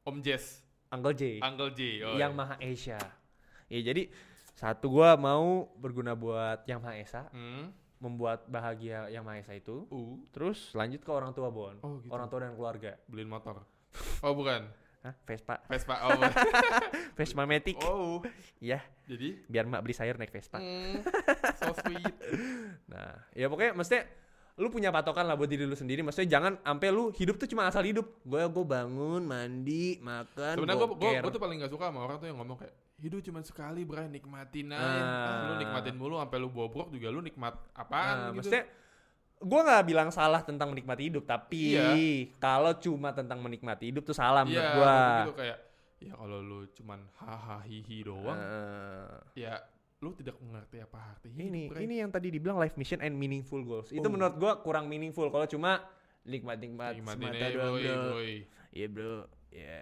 Speaker 1: Om Jess,
Speaker 2: Uncle J.
Speaker 1: Uncle J. Oh, iya.
Speaker 2: yang Maha Esa. Ya jadi satu gua mau berguna buat Yang Maha Esa,
Speaker 1: Hmm.
Speaker 2: membuat bahagia Yang Maha Esa itu.
Speaker 1: Uh.
Speaker 2: Terus lanjut ke orang tua Bon.
Speaker 1: Oh, gitu.
Speaker 2: Orang tua dan keluarga.
Speaker 1: Beliin motor. <laughs> Oh, bukan.
Speaker 2: Hah, Vespa.
Speaker 1: Vespa. Oh,
Speaker 2: <laughs>
Speaker 1: bukan.
Speaker 2: Vespa Matic.
Speaker 1: oh.
Speaker 2: Ya,
Speaker 1: Jadi,
Speaker 2: biar Mak beli sayur naik Vespa.
Speaker 1: hmm, so sweet.
Speaker 2: Nah, ya pokoknya maksudnya lu punya patokan lah buat diri lu sendiri. Maksudnya jangan sampai lu hidup tuh cuma asal hidup. Gue gue bangun, mandi, makan,
Speaker 1: Sebenarnya gue
Speaker 2: boker.
Speaker 1: tuh paling gak suka sama orang tuh yang ngomong kayak hidup cuma sekali bray nikmatin aja.
Speaker 2: Ah.
Speaker 1: Ah, lu nikmatin mulu sampai lu bobrok juga lu nikmat
Speaker 2: Nah,
Speaker 1: apaan gitu.
Speaker 2: maksudnya gue nggak bilang salah tentang menikmati hidup, tapi
Speaker 1: Iya.
Speaker 2: kalau cuma tentang menikmati hidup tuh salah menurut
Speaker 1: Iya,
Speaker 2: gue.
Speaker 1: maksud gitu kayak ya kalau lu cuman hahaha hihi doang,
Speaker 2: Ah.
Speaker 1: ya lu tidak mengerti apa arti hidup,
Speaker 2: Eh, ini
Speaker 1: bray.
Speaker 2: ini yang tadi dibilang life mission and meaningful goals. Itu
Speaker 1: Oh.
Speaker 2: menurut gue kurang meaningful kalau cuma nikmat-nikmat
Speaker 1: nikmatin
Speaker 2: semata
Speaker 1: aja
Speaker 2: doang.
Speaker 1: boy,
Speaker 2: bro.
Speaker 1: boy.
Speaker 2: Iya bro, ya.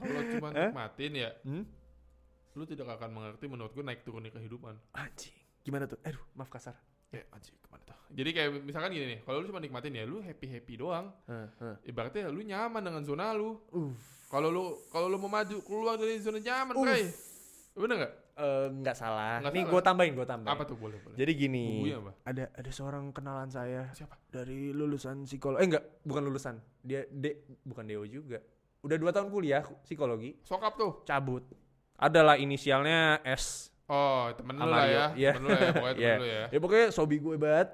Speaker 1: Kalau cuma
Speaker 2: <laughs> Hah?
Speaker 1: nikmatin ya,
Speaker 2: Hmm?
Speaker 1: lu tidak akan mengerti menurut gue naik turunnya kehidupan.
Speaker 2: Anjing, gimana tuh? Aduh, maaf kasar.
Speaker 1: Ya anjir kemana tuh? Jadi kayak misalkan gini nih, kalau lu cuma nikmatin ya lu happy happy doang,
Speaker 2: Heeh.
Speaker 1: ibaratnya lu nyaman dengan zona lu.
Speaker 2: Uff.
Speaker 1: Kalau lu kalau lu mau maju keluar dari zona nyaman, bray. Bener gak?
Speaker 2: Eh, nggak salah.
Speaker 1: Nggak
Speaker 2: Nih
Speaker 1: salah.
Speaker 2: gue tambahin, gue tambahin.
Speaker 1: Apa Oh, iya. tuh boleh boleh.
Speaker 2: Jadi gini.
Speaker 1: Bumbunya apa?
Speaker 2: Ada ada seorang kenalan saya
Speaker 1: Siapa?
Speaker 2: dari lulusan psikologi. Eh enggak, bukan lulusan. Dia de bukan Deo juga. Udah dua tahun kuliah psikologi,
Speaker 1: Sokap tuh.
Speaker 2: cabut. Adalah inisialnya S.
Speaker 1: Oh, temen lu lah
Speaker 2: Amario,
Speaker 1: ya.
Speaker 2: iya.
Speaker 1: Temen lu lah ya, pokoknya temen
Speaker 2: Iya.
Speaker 1: lu ya.
Speaker 2: Ya pokoknya sobi gue banget.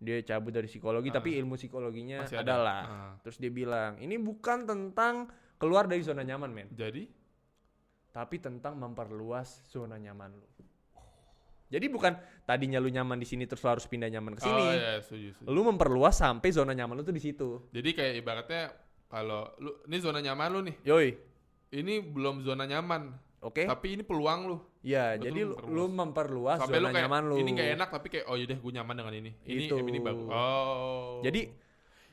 Speaker 2: Dia cabut dari psikologi
Speaker 1: Ah.
Speaker 2: tapi ilmu psikologinya
Speaker 1: Masih ada.
Speaker 2: adalah.
Speaker 1: Ah.
Speaker 2: Terus dia bilang, "Ini bukan tentang keluar dari zona nyaman, men."
Speaker 1: Jadi,
Speaker 2: tapi tentang memperluas zona nyaman lu. Jadi bukan tadinya lu nyaman di sini terus lu harus pindah nyaman ke sini.
Speaker 1: oh iya, setuju, setuju.
Speaker 2: Lu memperluas sampai zona nyaman lu tuh di situ.
Speaker 1: Jadi kayak ibaratnya kalau lu ini zona nyaman lu nih.
Speaker 2: Yoi.
Speaker 1: Ini belum zona nyaman,
Speaker 2: Oke.
Speaker 1: tapi ini peluang lu.
Speaker 2: Ya,
Speaker 1: Betul,
Speaker 2: jadi lu,
Speaker 1: memperluas.
Speaker 2: lu memperluas
Speaker 1: Sampai
Speaker 2: Ah, zona
Speaker 1: lu kayak
Speaker 2: nyaman lu.
Speaker 1: ini gak enak tapi kayak oh yaudah gue nyaman dengan ini. Ini
Speaker 2: Gitu.
Speaker 1: ini bagus. Oh.
Speaker 2: Jadi-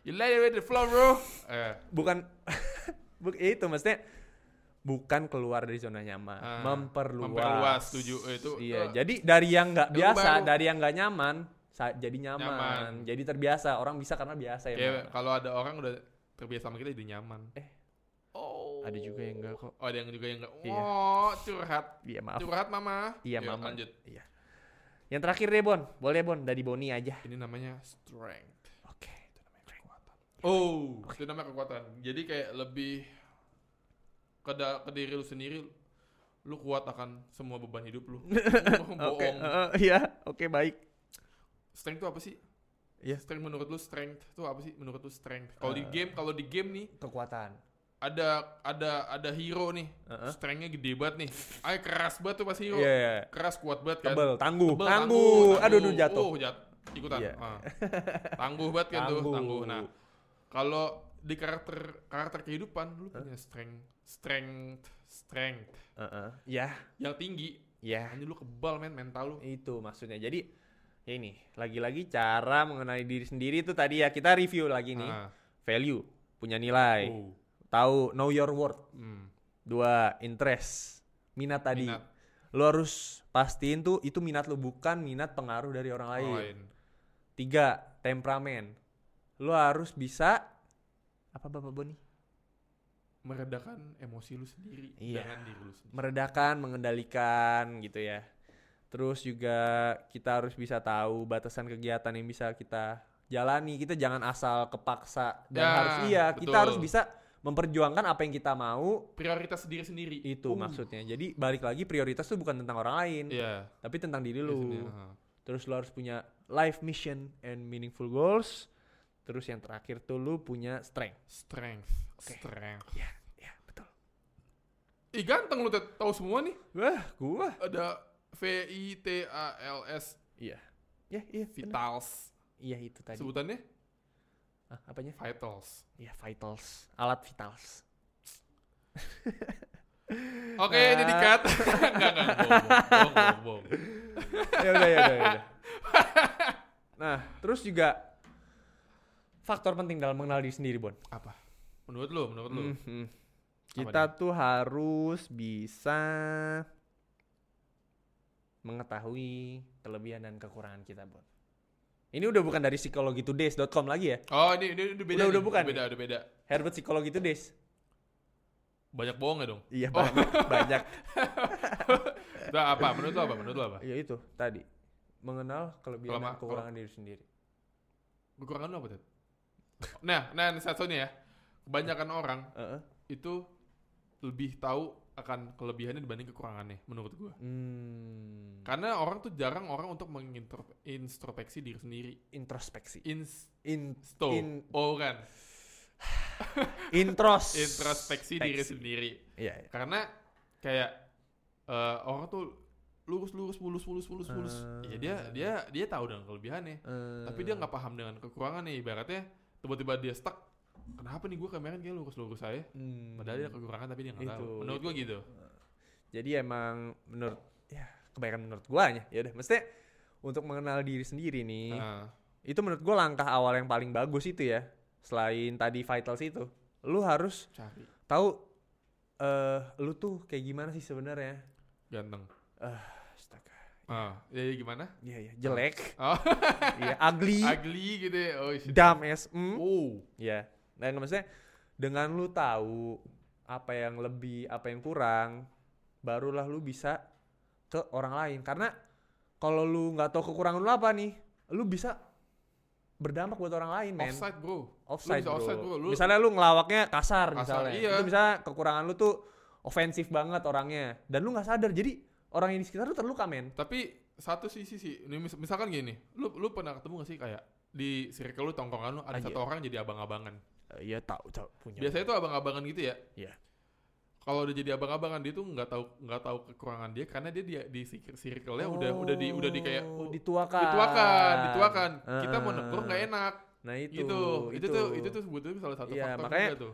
Speaker 1: you lay with the flow, bro. Eh,
Speaker 2: Bukan <laughs> Buk- itu maksudnya bukan keluar dari zona nyaman,
Speaker 1: Ah,
Speaker 2: memperluas.
Speaker 1: memperluas, setuju. Eh, itu-
Speaker 2: Iya,
Speaker 1: itu-
Speaker 2: jadi dari yang nggak
Speaker 1: Itu
Speaker 2: biasa,
Speaker 1: baru.
Speaker 2: dari yang nggak nyaman sa- jadi nyaman.
Speaker 1: Nyaman. Iya.
Speaker 2: jadi terbiasa. Orang bisa karena biasa ya.
Speaker 1: kayak
Speaker 2: Bang.
Speaker 1: kalau ada orang udah terbiasa sama kita jadi nyaman.
Speaker 2: Eh.
Speaker 1: Oh.
Speaker 2: Ada juga yang nggak kok.
Speaker 1: Oh, ada yang juga yang enggak.
Speaker 2: Iya.
Speaker 1: Oh, curhat.
Speaker 2: Iya, maaf.
Speaker 1: Curhat mama.
Speaker 2: Iya,
Speaker 1: Yuk,
Speaker 2: Mama.
Speaker 1: Lanjut.
Speaker 2: Yang terakhir deh, Bon. Boleh, Bon. Dari Boni aja.
Speaker 1: Ini namanya strength.
Speaker 2: Oke.
Speaker 1: Oh, itu namanya kekuatan. Jadi kayak lebih ke, da- ke diri lu sendiri lu kuat akan semua beban hidup
Speaker 2: <laughs>
Speaker 1: lu. Bohong.
Speaker 2: Oke, eh, iya, oke baik.
Speaker 1: Strength itu apa sih?
Speaker 2: Iya.
Speaker 1: Strength menurut lu strength itu apa sih? Menurut lu strength. Kalau di
Speaker 2: Eh.
Speaker 1: game, kalau di game nih
Speaker 2: Kekuatan.
Speaker 1: ada ada ada hero nih.
Speaker 2: Heeh.
Speaker 1: Strengthnya gede banget nih. Ay keras banget tuh pas hero.
Speaker 2: Iya, iya.
Speaker 1: Keras kuat banget kan.
Speaker 2: Tebel, tangguh,
Speaker 1: Tebel,
Speaker 2: tangguh. Aduh, aduh,
Speaker 1: tangguh.
Speaker 2: jatuh.
Speaker 1: Uh, jat- ikutan.
Speaker 2: Iya.
Speaker 1: Ah.
Speaker 2: <laughs>
Speaker 1: Tangguh banget kan tuh,
Speaker 2: Tangguh.
Speaker 1: tangguh. Nah, kalau di karakter karakter kehidupan lu punya strength, strength, strength
Speaker 2: Heeh. Ya,
Speaker 1: yang tinggi,
Speaker 2: ya.
Speaker 1: anjir lu kebal men mental lu.
Speaker 2: Itu maksudnya. Jadi ya ini lagi-lagi cara mengenali diri sendiri itu tadi ya kita review lagi nih.
Speaker 1: Ah.
Speaker 2: Value, punya nilai,
Speaker 1: Oh.
Speaker 2: tahu know your worth.
Speaker 1: Hmm.
Speaker 2: Dua, interest, minat tadi.
Speaker 1: Minat.
Speaker 2: Lo harus pastiin tuh itu minat lo bukan minat pengaruh dari orang
Speaker 1: Orang
Speaker 2: lain.
Speaker 1: lain.
Speaker 2: Tiga, temperamen. Lo harus bisa apa Bapak Boni?
Speaker 1: Meredakan emosi lu sendiri
Speaker 2: Iya.
Speaker 1: dengan diri lu sendiri.
Speaker 2: meredakan, mengendalikan gitu ya. Terus juga kita harus bisa tahu batasan kegiatan yang bisa kita jalani. Kita jangan asal kepaksa dan
Speaker 1: Ya,
Speaker 2: harus iya, kita
Speaker 1: betul.
Speaker 2: harus bisa memperjuangkan apa yang kita mau
Speaker 1: Prioritas diri sendiri.
Speaker 2: itu
Speaker 1: Uh.
Speaker 2: maksudnya. Jadi balik lagi prioritas tuh bukan tentang orang lain,
Speaker 1: Iya.
Speaker 2: tapi tentang diri
Speaker 1: diri
Speaker 2: lu.
Speaker 1: sendiri, ah.
Speaker 2: Terus lu harus punya life mission and meaningful goals. Terus yang terakhir tuh lu punya strength.
Speaker 1: Strength.
Speaker 2: Oke.
Speaker 1: Strength.
Speaker 2: Ya, ya, betul.
Speaker 1: Ih ganteng lu Ted. tahu semua nih.
Speaker 2: Wah, gua.
Speaker 1: Ada V I T A L S
Speaker 2: Iya. Ya, iya. bener.
Speaker 1: Vitals.
Speaker 2: Iya, itu tadi.
Speaker 1: Sebutannya
Speaker 2: Ah, apanya?
Speaker 1: Vitals.
Speaker 2: Ya vitals, alat vitals.
Speaker 1: Oke,
Speaker 2: Ah.
Speaker 1: ini dikat.
Speaker 2: <laughs>
Speaker 1: Enggak enggak bohong, bohong, bohong, bohong.
Speaker 2: ya udah ya udah. ya udah. nah, terus juga faktor penting dalam mengenal diri sendiri, Bon.
Speaker 1: Apa? Menurut lu, menurut lu.
Speaker 2: Mhm. Kita
Speaker 1: Apa
Speaker 2: tuh harus bisa mengetahui kelebihan dan kekurangan kita, Bon. Ini udah bukan dari psikologitodays.com lagi ya.
Speaker 1: Oh, ini ini udah beda.
Speaker 2: Udah-
Speaker 1: nih,
Speaker 2: udah bukan
Speaker 1: Beda, udah beda.
Speaker 2: Herbert Psychology Todays.
Speaker 1: Banyak bohong ya dong. <laughs>
Speaker 2: Iya,
Speaker 1: Oh.
Speaker 2: banyak, banyak.
Speaker 1: Udah apa? Menurut lu apa? Menurut lu apa?
Speaker 2: <laughs> Ya itu tadi. Mengenal kelebihan
Speaker 1: Kelema-
Speaker 2: dan kekurangan diri sendiri.
Speaker 1: Kekurangan lu apa, Ted? Nah, nah ini satunya ya. Kebanyakan orang
Speaker 2: Heeh.
Speaker 1: itu lebih tahu akan kelebihannya dibanding kekurangannya menurut gua.
Speaker 2: Hmm.
Speaker 1: Karena orang tuh jarang orang untuk mengintrospeksi diri sendiri.
Speaker 2: introspeksi.
Speaker 1: Insto.
Speaker 2: In, In-
Speaker 1: Oh kan.
Speaker 2: intros.
Speaker 1: Introspeksi diri sendiri.
Speaker 2: Iya. iya.
Speaker 1: karena kayak eh, orang tuh lurus lurus mulus mulus mulus mulus ya
Speaker 2: Eh.
Speaker 1: dia dia dia tahu dengan kelebihannya tapi dia nggak paham dengan kekurangannya ibaratnya tiba-tiba dia stuck kenapa nih gue kemarin kayak lurus lurus aja
Speaker 2: Hmm.
Speaker 1: padahal dia ada kekurangan tapi dia nggak tahu
Speaker 2: Itu,
Speaker 1: menurut gue gitu
Speaker 2: Jadi emang menurut ya kebanyakan menurut gua aja. Ya udah, mesti untuk mengenal diri sendiri nih.
Speaker 1: Nah,
Speaker 2: Itu menurut gua langkah awal yang paling bagus itu ya. Selain tadi vitals itu, lu harus
Speaker 1: cari
Speaker 2: tahu eh lu tuh kayak gimana sih sebenarnya.
Speaker 1: ganteng
Speaker 2: Astaga.
Speaker 1: ah jadi gimana
Speaker 2: Iya iya, jelek.
Speaker 1: Oh.
Speaker 2: Iya, ugly,
Speaker 1: <laughs> ugly gitu ya oh shit
Speaker 2: dumb as mm.
Speaker 1: oh
Speaker 2: Ya, dan maksudnya dengan lu tahu apa yang lebih, apa yang kurang, barulah lu bisa ke orang lain. Karena kalau lu nggak tahu kekurangan lu apa nih, lu bisa berdampak buat orang lain, men.
Speaker 1: offside bro Lu bisa
Speaker 2: Offside, bro.
Speaker 1: offside, bro. Lu-
Speaker 2: Misalnya lu ngelawaknya kasar,
Speaker 1: Kasar,
Speaker 2: misalnya.
Speaker 1: iya.
Speaker 2: Itu misalnya kekurangan lu tuh ofensif banget orangnya dan lu nggak sadar. Jadi orang yang di sekitar lu terluka, men.
Speaker 1: tapi satu sisi sih ini mis- misalkan gini lu lu pernah ketemu gak sih kayak di circle lu tongkrongan lu ada
Speaker 2: Ah,
Speaker 1: satu orang jadi abang-abangan
Speaker 2: Iya, tahu, tahu punya.
Speaker 1: biasanya tuh abang-abangan gitu ya
Speaker 2: Iya.
Speaker 1: kalau udah jadi abang-abangan dia tuh nggak tahu nggak tahu kekurangan dia karena dia di di sir- circle-nya udah udah di udah di kayak oh,
Speaker 2: dituakan.
Speaker 1: dituakan dituakan kita mau
Speaker 2: Heeh.
Speaker 1: negur nggak enak
Speaker 2: Nah, itu.
Speaker 1: gitu itu, tuh itu tuh sebetulnya salah satu
Speaker 2: Iya,
Speaker 1: faktor
Speaker 2: makanya-
Speaker 1: juga tuh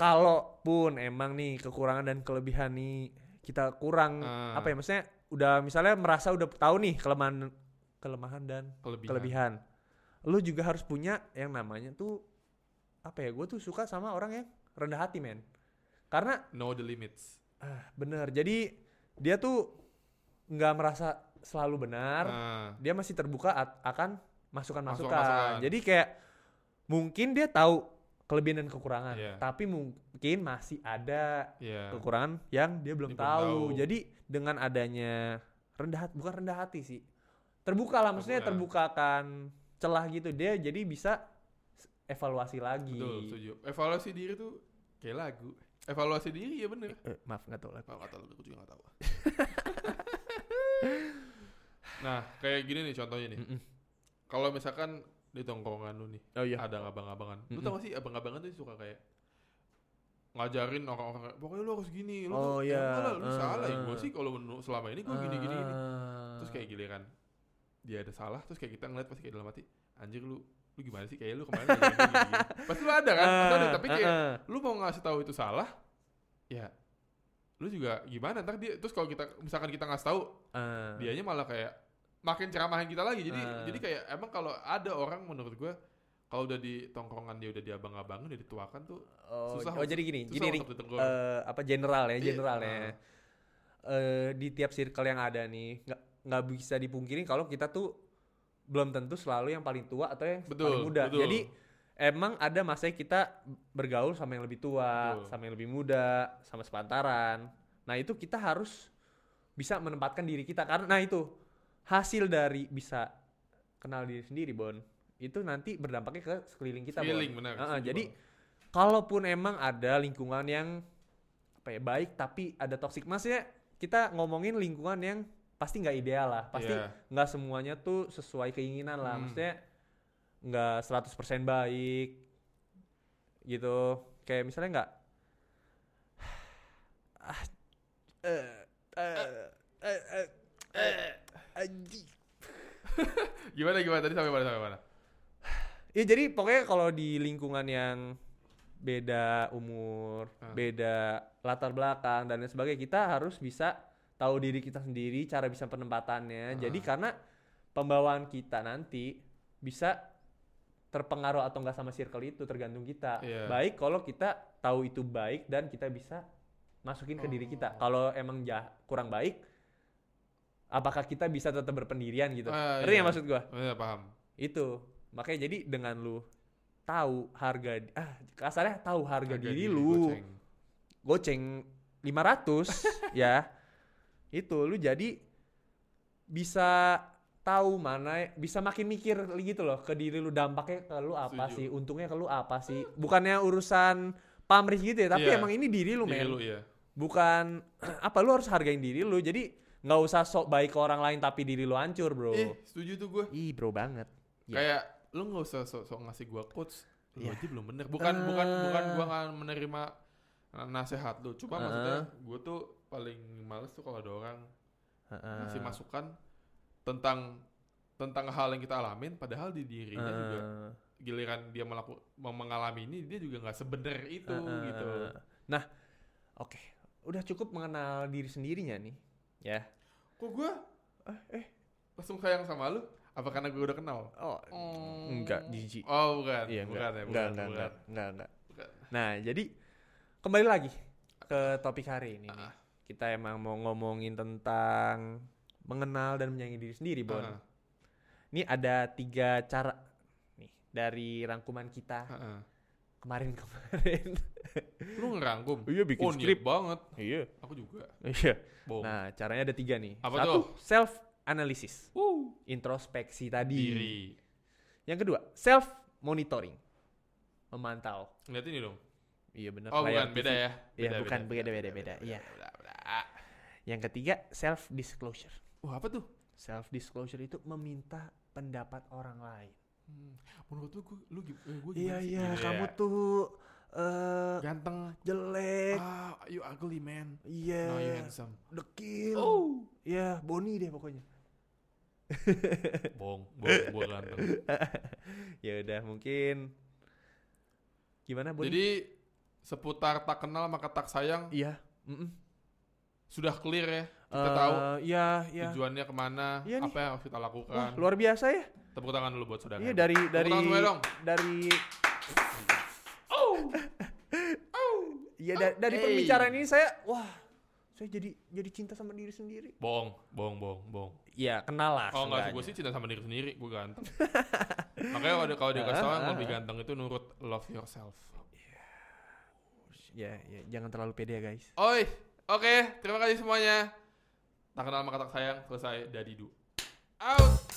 Speaker 2: kalaupun emang nih kekurangan dan kelebihan nih kita kurang
Speaker 1: Ah.
Speaker 2: apa ya maksudnya udah misalnya merasa udah tahu nih kelemahan kelemahan dan
Speaker 1: kelebihan,
Speaker 2: kelebihan lu juga harus punya yang namanya tuh apa ya gue tuh suka sama orang yang rendah hati men karena
Speaker 1: know the limits
Speaker 2: ah, bener jadi dia tuh nggak merasa selalu benar
Speaker 1: nah,
Speaker 2: dia masih terbuka at- akan masukan-masukan.
Speaker 1: Masukan-masukan.
Speaker 2: Jadi kayak mungkin dia tahu kelebihan dan kekurangan,
Speaker 1: Iya.
Speaker 2: tapi mungkin masih ada
Speaker 1: ya
Speaker 2: kekurangan yang dia belum
Speaker 1: Dia belum
Speaker 2: tahu.
Speaker 1: tahu.
Speaker 2: Jadi dengan adanya rendah hati, bukan rendah hati sih. Terbuka lah maksudnya
Speaker 1: Terbuka.
Speaker 2: terbukakan celah gitu dia jadi bisa s- evaluasi lagi.
Speaker 1: betul setuju evaluasi diri tuh kayak lagu evaluasi diri ya bener
Speaker 2: Eh, maaf nggak tahu lagi.
Speaker 1: Kalau nggak tahu, aku juga nggak tahu. <laughs> nah, kayak gini nih contohnya nih.
Speaker 2: Mm-mm.
Speaker 1: Kalau misalkan di tongkrongan lu nih,
Speaker 2: Oh iya.
Speaker 1: ada abang-abangan. Lu
Speaker 2: Mm-mm.
Speaker 1: tau gak sih abang-abangan tuh suka kayak ngajarin orang-orang kayak, pokoknya lu harus gini, lu
Speaker 2: Oh,
Speaker 1: tuh,
Speaker 2: iya.
Speaker 1: enggak lah, lu
Speaker 2: Ah,
Speaker 1: salah ya
Speaker 2: ah.
Speaker 1: gue sih kalau menurut selama ini gue gini gitu. gini gini.
Speaker 2: Ah.
Speaker 1: Terus kayak giliran dia ada salah terus kayak kita ngeliat pasti kayak dalam hati anjir lu lu gimana sih kayak lu kemarin kayak gini, gini, gini. pasti lu ada kan Pasti ada,
Speaker 2: Ah,
Speaker 1: tapi kayak lu mau ngasih tahu itu salah ya lu juga gimana ntar dia terus kalau kita misalkan kita ngasih tahu
Speaker 2: Nah.
Speaker 1: dianya malah kayak makin ceramahin kita lagi jadi
Speaker 2: Ah.
Speaker 1: jadi kayak emang kalau ada orang menurut gua kalau udah di tongkrongan dia udah diabang-abangin udah dituakan tuh
Speaker 2: oh,
Speaker 1: susah
Speaker 2: oh, jadi gini
Speaker 1: susah
Speaker 2: jadi Rick,
Speaker 1: untuk ditegur
Speaker 2: eh, apa general ya
Speaker 1: Iya,
Speaker 2: general ya
Speaker 1: ah.
Speaker 2: Eh, di tiap circle yang ada nih nggak nggak bisa dipungkiri kalau kita tuh belum tentu selalu yang paling tua atau yang
Speaker 1: Betul,
Speaker 2: paling muda
Speaker 1: betul.
Speaker 2: jadi emang ada masanya kita bergaul sama yang lebih tua
Speaker 1: Betul.
Speaker 2: sama yang lebih muda sama sepantaran nah itu kita harus bisa menempatkan diri kita karena nah itu hasil dari bisa kenal diri sendiri bon itu nanti berdampaknya ke sekeliling kita Bon.
Speaker 1: Feeling, benar,
Speaker 2: Ah, ah,
Speaker 1: setuju
Speaker 2: jadi kalaupun emang ada lingkungan yang apa ya baik tapi ada toxic maksudnya kita ngomongin lingkungan yang pasti nggak ideal lah pasti
Speaker 1: Iya.
Speaker 2: nggak semuanya tuh sesuai keinginan lah
Speaker 1: Hmm.
Speaker 2: maksudnya nggak 100% baik gitu kayak misalnya nggak <sighs> ah, eh, eh, eh, eh, eh, anjing.
Speaker 1: gimana gimana tadi sampai mana sampai mana
Speaker 2: Ya jadi pokoknya kalau di lingkungan yang beda umur,
Speaker 1: Ah.
Speaker 2: beda latar belakang dan lain sebagainya kita harus bisa tahu diri kita sendiri, cara bisa penempatannya. Jadi
Speaker 1: Ah.
Speaker 2: karena pembawaan kita nanti bisa terpengaruh atau enggak sama circle itu tergantung kita.
Speaker 1: Iya.
Speaker 2: Baik kalau kita tahu itu baik dan kita bisa masukin ke diri kita.
Speaker 1: Oh.
Speaker 2: Kalau emang jah kurang baik apakah kita bisa tetap berpendirian gitu.
Speaker 1: Ah,
Speaker 2: Ngerti
Speaker 1: iya.
Speaker 2: nggak maksud gua?
Speaker 1: Bener, paham
Speaker 2: itu makanya jadi dengan lu tahu harga di- ah kasarnya tahu harga,
Speaker 1: Harga diri,
Speaker 2: diri, lu
Speaker 1: goceng.
Speaker 2: goceng
Speaker 1: <laughs>
Speaker 2: 500 ya itu lu jadi bisa tahu mana bisa makin mikir gitu loh ke diri lu dampaknya ke lu apa
Speaker 1: Setuju.
Speaker 2: sih untungnya ke lu apa sih bukannya urusan pamrih gitu ya tapi
Speaker 1: Iya.
Speaker 2: emang ini diri lu
Speaker 1: Diri
Speaker 2: men
Speaker 1: lu ya
Speaker 2: bukan <clears throat> apa lu harus hargain diri lu jadi nggak usah sok baik ke orang lain tapi diri lu hancur bro
Speaker 1: ih setuju tuh gue
Speaker 2: ih bro banget Iya.
Speaker 1: kayak lu nggak usah sok sok ngasih gua quotes lu
Speaker 2: Iya.
Speaker 1: aja belum bener bukan
Speaker 2: Eh. Eh.
Speaker 1: bukan bukan gua nggak menerima nasihat lu cuma
Speaker 2: Heeh.
Speaker 1: maksudnya gua tuh paling males tuh kalau ada orang ngasih
Speaker 2: Heeh.
Speaker 1: masukan tentang tentang hal yang kita alamin padahal di dirinya Iya
Speaker 2: Eh.
Speaker 1: juga
Speaker 2: Heeh.
Speaker 1: giliran dia melaku, mau mengalami ini dia juga nggak sebener itu
Speaker 2: Heeh.
Speaker 1: gitu
Speaker 2: Nah, oke, udah cukup mengenal diri sendirinya nih, ya.
Speaker 1: kok gua eh langsung sayang sama lu apa karena gua udah kenal
Speaker 2: Oh, Enggak, jijik.
Speaker 1: oh bukan
Speaker 2: iya
Speaker 1: bukan ya bukan
Speaker 2: enggak, enggak, enggak,
Speaker 1: bukan.
Speaker 2: enggak, enggak, enggak.
Speaker 1: Bukan.
Speaker 2: Nah, jadi kembali lagi ke topik hari ini. nih.
Speaker 1: Ah.
Speaker 2: Kita emang mau ngomongin tentang mengenal dan menyayangi diri sendiri, Bon.
Speaker 1: Heeh,
Speaker 2: Ini ada tiga cara nih dari rangkuman kita
Speaker 1: heeh.
Speaker 2: kemarin-kemarin.
Speaker 1: Eh, <laughs> lu ngerangkum
Speaker 2: iya
Speaker 1: oh niat banget
Speaker 2: Iya.
Speaker 1: aku juga
Speaker 2: Iya.
Speaker 1: bohong
Speaker 2: Nah, caranya ada tiga nih.
Speaker 1: Oh. Apa
Speaker 2: Satu,
Speaker 1: tuh?
Speaker 2: self analysis,
Speaker 1: Wuh.
Speaker 2: introspeksi tadi.
Speaker 1: diri
Speaker 2: Yang kedua, self monitoring. Memantau.
Speaker 1: lihat ini dong
Speaker 2: Iya benar.
Speaker 1: oh bukan beda ya
Speaker 2: Iya, bukan, beda, beda, beda, iya.
Speaker 1: beda, beda.
Speaker 2: Yang ketiga, self disclosure.
Speaker 1: wah apa tuh
Speaker 2: Self disclosure itu meminta pendapat orang lain.
Speaker 1: Hmm, menurut lu gua- lu gi- eh, gua
Speaker 2: Iya,
Speaker 1: gimana sih?
Speaker 2: iya,
Speaker 1: Gitu
Speaker 2: kamu
Speaker 1: ya.
Speaker 2: tuh eh
Speaker 1: ganteng
Speaker 2: jelek.
Speaker 1: ah you ugly man
Speaker 2: Iya.
Speaker 1: no you handsome
Speaker 2: dekil.
Speaker 1: Oh.
Speaker 2: Ya, boni deh pokoknya. <laughs>
Speaker 1: bohong bohong gua
Speaker 2: <laughs>
Speaker 1: ganteng
Speaker 2: ya udah, mungkin gimana boni?
Speaker 1: jadi seputar tak kenal maka tak sayang
Speaker 2: iya, mm-mm.
Speaker 1: sudah clear ya kita
Speaker 2: Eh,
Speaker 1: tahu
Speaker 2: Iya, iya.
Speaker 1: tujuannya kemana
Speaker 2: Iya nih.
Speaker 1: apa yang harus kita
Speaker 2: Wah,
Speaker 1: lakukan
Speaker 2: luar biasa ya.
Speaker 1: tepuk tangan dulu buat saudara
Speaker 2: Iya dari dari
Speaker 1: tangan semua dong.
Speaker 2: dari Iya da- dari
Speaker 1: Oh! Hey.
Speaker 2: pembicaraan ini saya wah saya jadi jadi cinta sama diri sendiri.
Speaker 1: bohong bohong bohong bohong
Speaker 2: Iya, kenal lah.
Speaker 1: Oh enggak sih, gue sih cinta sama diri sendiri, gue ganteng. Makanya kalau kalau dia kasih
Speaker 2: Ah,
Speaker 1: tau yang
Speaker 2: ah,
Speaker 1: lebih
Speaker 2: ah.
Speaker 1: ganteng itu nurut love yourself.
Speaker 2: Ya, ya, jangan terlalu pede ya, guys.
Speaker 1: Oi, oke, terima kasih semuanya. Tak kenal maka tak sayang, selesai dari Du. Out.